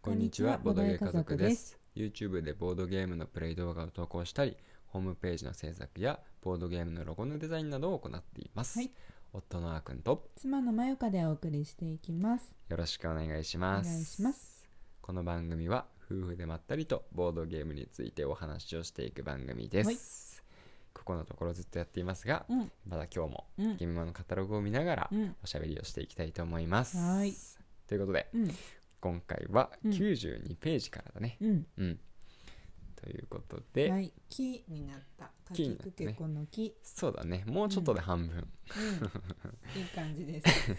こんにちは、ボードゲー家族です。す。YouTube でボードゲームのプレイ動画を投稿したり、ホームページの制作やボードゲームのロゴのデザインなどを行っています。はい夫のあーくんと妻のまよかでお送りしていきます。よろしくお願いします。お願いしますこの番組は夫婦でまったりとボードゲームについてお話をしていく番組です。はいここのところずっとやっていますが、うん、まだ今日もうんゲームマのカタログを見ながらうん、おしゃべりをしていきたいと思います。はいということで、うん、今回はうん92ページからだね。うん。うん。ということで、はい、木になった。か木にきなったくねけこの木。そうだね、もうちょっとで半分、 うん、いい感じです。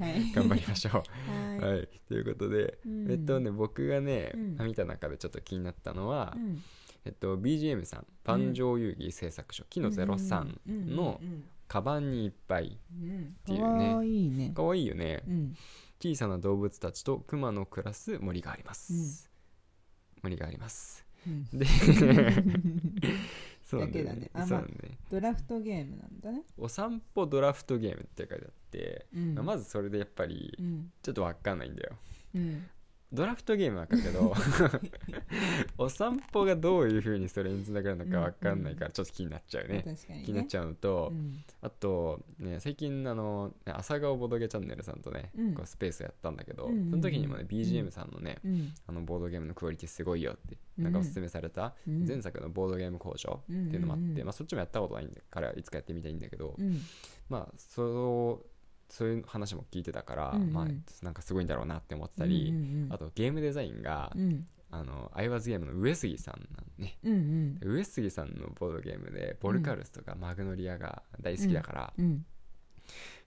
はい。頑張りましょう。 は。はいい、ということで、うんえっとね、僕がね、うん見た中でちょっと気になったのは、うん、えっと、BGM さん「誕生遊戯製作所」木の03のうんカバンにいっぱいうんうん、ていうねかわいいね。かわいいよねうん、小さな動物たちと熊の暮らす森があります、森があり ますうん。でそうなんだよだけだねねあまあそうなんだよねドラフトゲームなんだね。お散歩ドラフトゲームって書いてあって、うん、まあまずそれでやっぱりうん、ちょっとわかんないんだようん、ドラフトゲームわかるけ どお散歩がどういうふうにそれにつながるのかわかんないからちょっと気になっちゃうね、確かに、ね。気になっちゃうのと、うん、あと、ね、最近あのね朝顔ボードゲーチャンネルさんとね、うんこうスペースやったんだけど、うんうんうんその時にもねう BGM んさんのね、うん、あのボードゲームのクオリティすごいよってうんなんかおすすめされたうん前作のボードゲーム工場っていうのもあって、うんうんうんまあ、そっちもやったことないんだからいつかやってみたいんだけど、うん、まあそうそういう話も聞いてたから、うんうんまあ、なんかすごいんだろうなって思ってたり、うんうんうん、あとゲームデザインが、うん、あのアイワズゲームの上杉さんなんねうん、うん、上杉さんのボードゲームでボルカルスとかマグノリアが大好きだから、うん、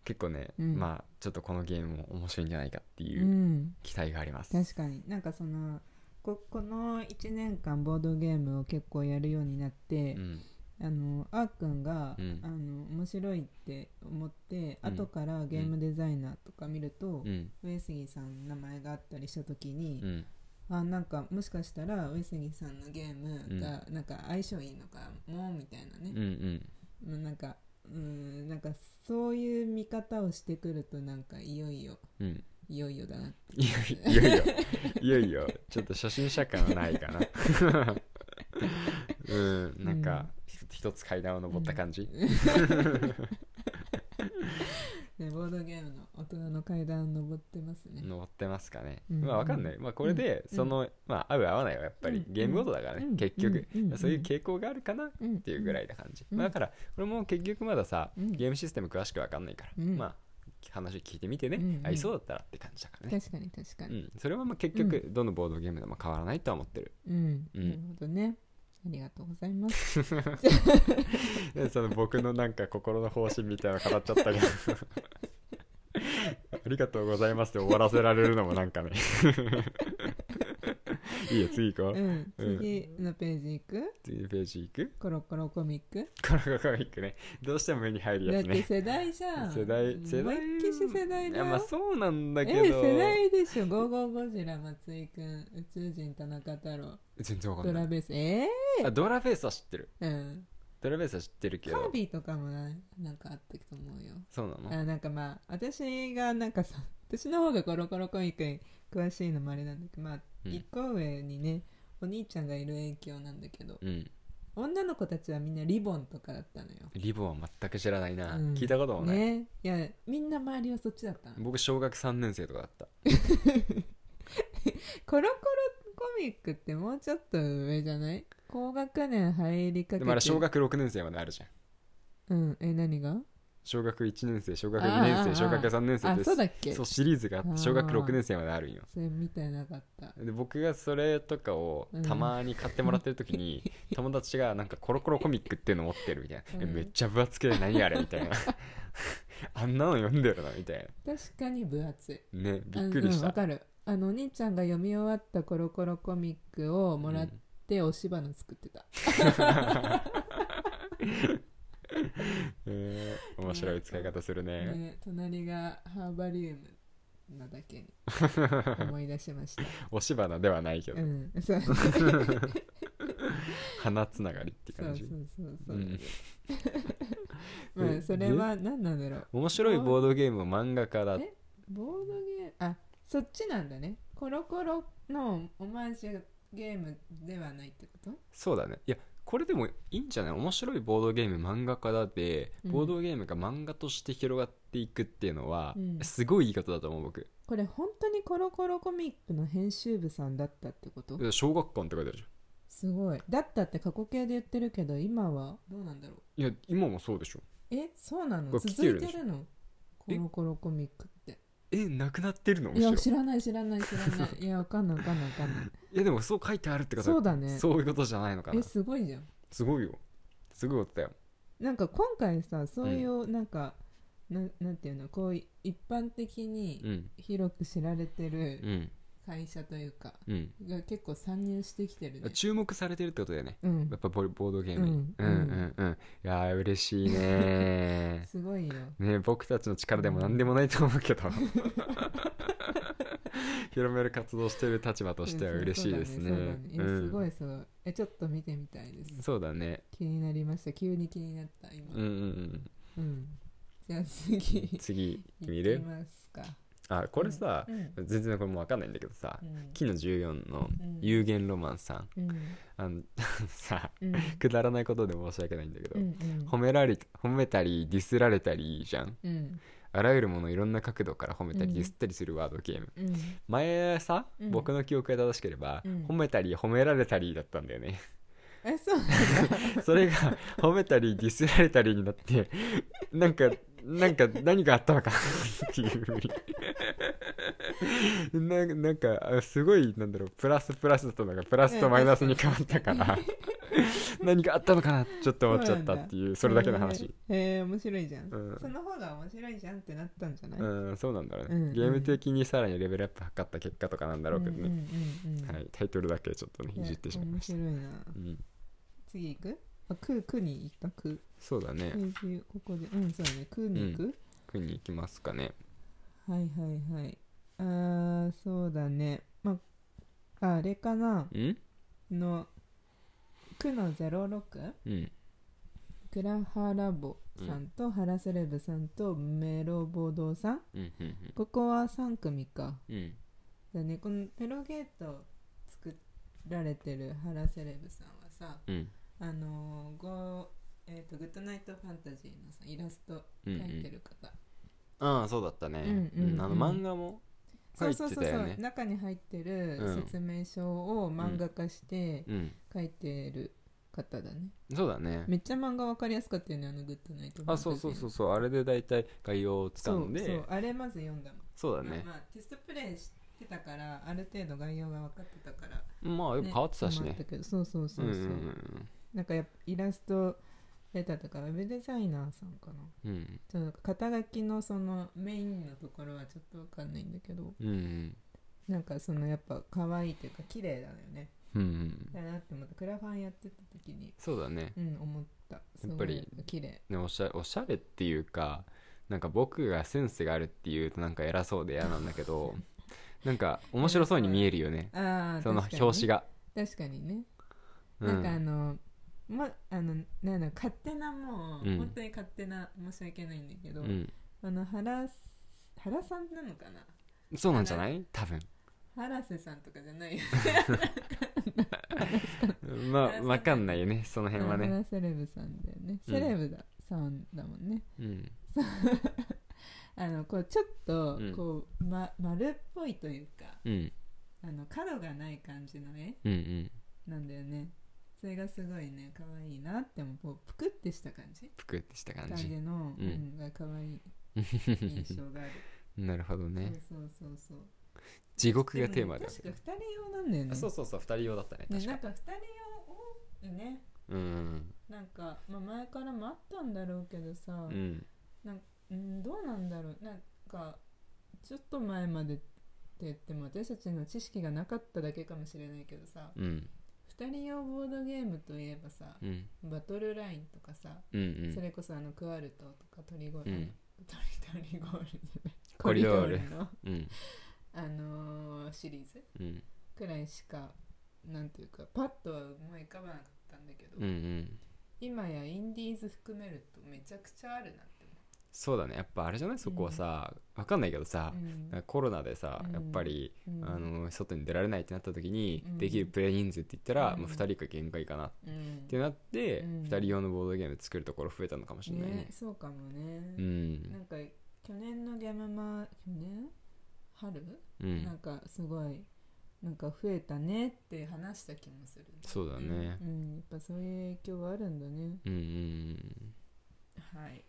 結構ね、うんまあちょっとこのゲームも面白いんじゃないかってう、いうん期待があります、確かになんかそのここの1年間ボードゲームを結構やるようになって、うんあのあーくんが、うんあの面白いって思って、うん後からゲームデザイナーとか見ると、うん上杉さんの名前があったりした時にう、んあなんかもしかしたら上杉さんのゲームがなんか相性いいのかもみたいなうんねう、んまあなんかうんなんかそういう見方をしてくるとなんかいよいようんいよいよだないよいよいよいよいよちょっと初心者感はないかなうんなんか、ひ一つ階段を登った感じ、ね、ボードゲームの大人の階段登ってますね。登ってますかね、うんまあわかんない、まあ、これでうんその、まあ合う合わないはやっぱりうんゲームごとだからね、うん結局、うんそういう傾向があるかなっうん、っていうぐらい。いな感じ、うんまあ、だから俺も結局まださ、うんゲームシステム詳しくわかんないから、うんまあ話聞いてみてね、うんうん合いそうだったらって感じだからね、確かに確かうに。ん、それはまあ結局どのボードゲームでも変わらないとは思って る、うん、うんなるほどね。ありがとうございます。でその僕のなんか心の方針みたいなの語っちゃ ったけどありがとうございますって終わらせられるのもなんかね いいよ次行こう、うん、うん次のページいく次のページ行く コロコロコミック。コロコロコミックねどうしても目に入るだやっつてね世代じゃん。世代世代思いっきし世代いだやまあよ。そうなんだけえど世代でしょ。ゴーゴーゴジラ、松井くん、宇宙人、田中太郎、全然わかドんなラいベース。えあドラフェイスは知ってるー、うん。ドラフェイスは知ってるけカーどビィとかもななんかあったと思うよ。そうなのあなんかまあ私がなんかさ私の方がコロコロコミックに詳しいのもあれなんだけどまあ、うん一個上にねお兄ちゃんがいる影響なんだけどうん女の子たちはみんなリボンとかだったのよリボンは全く知らないな、うん聞いたこともない、ねいやみんな周りはそっちだったの僕小学3年生とかだったコロコロコミックってもうちょっと上じゃない高学年入りかけでてもあれ小学6年生まであるじゃんうんえ何が小学1年生小学2年あ生ー小学3年生あですそうだっけそそうシリーズがあってあー小学6年生まであるんよれ見てなかったで僕がそれとかをうんたまに買ってもらってる時 に友達がなんかコロコロコミックっていうの持ってるみたいな、うんえめっちゃ分厚くて何あれみたいな あんなの読んでるなみたい確かに分厚いなねびっくりしあのうんわ、た、かるあのお兄ちゃんが読み終わったコロコロコミックをもらうっんてお芝の作ってた、 えー面白い使い方するねね、隣がハーバリウムなだけに思い出しました押し花ではないけど、うんそう そう花つながりっていうそ感うじそうそう、うん まえあそれは何なんだろう面白いボードゲームを漫画家だえボードゲームあそっちなんだねコロコロのオマージュゲームではないってことそうだねいやこれでもいいんじゃない面白いボードゲーム漫画家だってうんボードゲームが漫画として広がっていくっていうのは、うんすごいいいことだと思う僕これ本当にコロコロコミックの編集部さんだったってこと、小学館って書いてあるじすごいだったって過去形で言ってるけど今はどうなんだろうゃんいや今もそうでしょえそうなのこれ続来いてるでてしょるのコえロコロコミックってえなくなってるのむいしろやい知らない知らない知ら ないいやわかんないわかんないわかんないやでもそう書いてあるってことそうはだねそういうことじゃないのかなえすごいじゃんすごいよすごいことだよなんか今回さそういうなんか、なんなんていうのこうい一般的うにん広く知られてうるん会社というか、うんが結構参入してきてるね注目されてるってことだよねうんやっぱボボードゲームに、うんうんうんうんいやー嬉しい ねすごいよね僕たちの力でも何でもないと思うけど 広める活動してる立場としてはうん嬉しいですねそうだねそうだねいやうんすごいすごいえちょっと見てみたいですそうだね気になりました急に気になったう今んうんうんうんじゃあ次次見いるきますかあこれさう、ん全然これもう分かんないんだけどさ、うん木の14のうん有限ロマンさん、うんあの さうんくだらないことで申し訳ないんだけど、うんうん褒められ褒めたりディスられたりじゃんうんあらゆるものをいろんな角度から褒めたうりんディスったりするワードゲーム、うん前さ、うん僕の記憶が正しければ、うん褒めたり褒められたりだったんだよねえそうなんだそれが褒めたりディスられたりになってなんかなんか何があったのかっていうふうにななんかあすごいなんだろうプラスプラスだったのがプラスとマイナスに変わったから何があったのかなちょっと思っちゃったって いうそれだけの話 えー面白いじゃんうんその方が面白いじゃんってなったんじゃないうんそうなんだろうね、うんうんゲーム的にさらにレベルアップ測った結果とかなんだろうけどね、うんうんうんうんはい、タイトルだけちょっとねいじってしまいました、ね面白いなうん、次行くあくくに行ったくそうだねページここでうんそうだねくに行く国に行きますかねはいはいはいあーそうだねまああれかなうんの区の06うんクラハラボさんとハラセレブさんとメロボドさんうんうんここは3組かうんうんだねこのペロゲート作られてるハラセレブさんはさうんあのーゴーえーとグッドナイトファンタジーのさイラストう描いてんる方、ああそうだったねうんうんうんあの漫画もそ入うっそうてそうたそようね中に入ってるうん説明書を漫画化してうん書いてる方だね、そうだねめっちゃ漫画わかりやすかったよねあのグッドナイトファンタあジーそうのそうそうそうあれで大体概要をつかそんうそでうあれまず読んだもんそうだねまあまあテストプレイしてたからある程度概要が分かってたから、まあよくね変わってたし困っねたけどそうそうそううんそうう、んなんかやっぱイラストレターとかウェブデザイナーさんかなうんうんちょっと肩書きのそのメインのところはちょっと分かんないんだけどうんうんなんかそのやっぱ可愛いというか綺麗だよねうんうんだなって思ったクラファンやってた時にそうだねうん思ったすごいやっぱり綺麗ねおしゃおしゃれっていうかなんか僕がセンスがあるっていうとなんか偉そうで嫌なんだけ どなんか面白そうに見えるよねああその表紙が、確かにねうなんかあの、ま、あのなんだろう勝手なもう、うん本当に勝手な申し訳ないんだけど、うん、あの原原さんなのかなそうなんじゃない多分原瀬さんとかじゃないよ、まあわかんないよねその辺はね、原セレブさんだよねうんセレブだ、さんだもんねうん、あのこうちょっとうんこう、ま、丸っぽいというかうんあの角がない感じの絵うんうんなんだよねそれがすごいね可愛いなってもこうぷくってした感じぷくってした感感じじの、うんうんが可愛い印象があるなるほど ねそうそうそうそう地獄がテーマでだもね確か2人用なんだよねあそうそうそう2人用だったねね確なんかか2人用多いねうんなんか、まあ、前からもあったんだろうけどさ、うんうんうんどうなんだろうなんかちょっと前までって言っても私たちの知識がなかっただけかもしれないけどさうん2人用ボードゲームといえばさうんバトルラインとかさ、うんうんそれこそあのクワルトとかトリゴーうル、んトリトリゴールじゃないコリドールの、うんあのーシリーズうんくらいしかなんていうかパッとは思い浮かばなかったんだけど、うんうん今やインディーズ含めるとめちゃくちゃあるなって思うそうだねやっぱあれじゃないそこはさ、わかんないけどさ、うんなんかコロナでさ、うんやっぱり、うんあの外に出られないってなった時に、うんできるプレイ人数って言ったら、うんまあ、2人が限界かなっうんてなって、うん2人用のボードゲーム作るところ増えたのかもしれないねねそうかもね、うんなんか去年のゲームマ去年春、うんなんかすごいなんか増えたねって話した気もするそうだねうん、うんやっぱそういう影響はあるんだねうんうんはい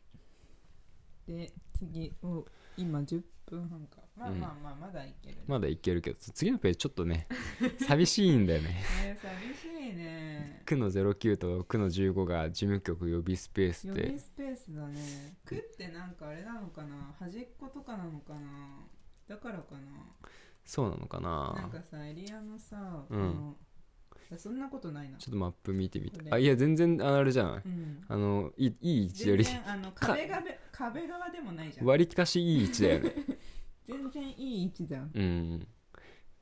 で次を今10分半かまあうんまあまあまだいける、まだいけるけど次のページちょっと ね寂しいんだよねえー寂しいね9の09と9の15が事務局予備スペース予で備スペースだね「く」ってなんかあれなのかな端っことかなのかなだからかなそうなのかななんかさエリアのさ、うんこのいやそんなことないなちょっとマップ見てみこてれあいや全然あれじゃないうんあのいいいい位置よ全り然あのか壁がべ壁側でもないじゃん割りかしいい位置だ よね全然いい位置じゃんうん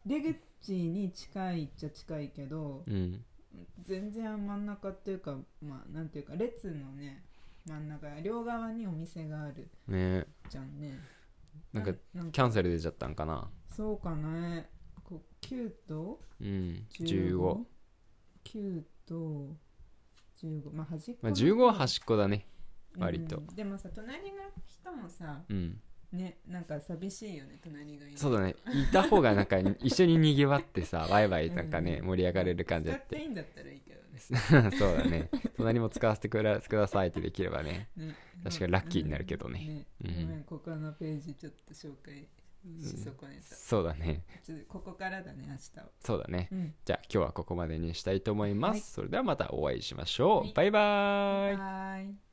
出口に近いっちゃ近いけどうん全然真ん中っていうかまあなんていうか列のね真ん中両側にお店があるねじゃんねなんかなんキャンセル出ちゃったんかなそうかねこう9とうん15 159と15まあ端っこまあの15は端っこだね割とうんでもさ隣の人もさうんねなんか寂しいよね隣がいるそうだねいた方がなんか一緒ににぎわってさワイワイなんかねうん盛り上がれる感じあっ使っていていんだったらいいけど ねそうだね隣も使わせてくらくださいってできればねね確かにラッキーになるけどねうんうんごめんここのページちょっと紹介し損ねた、そうだねちょっとここからだね明日はそうだねうんじゃあ今日はここまでにしたいと思います、はいそれではまたお会いしましょう、はいバイバーイバイ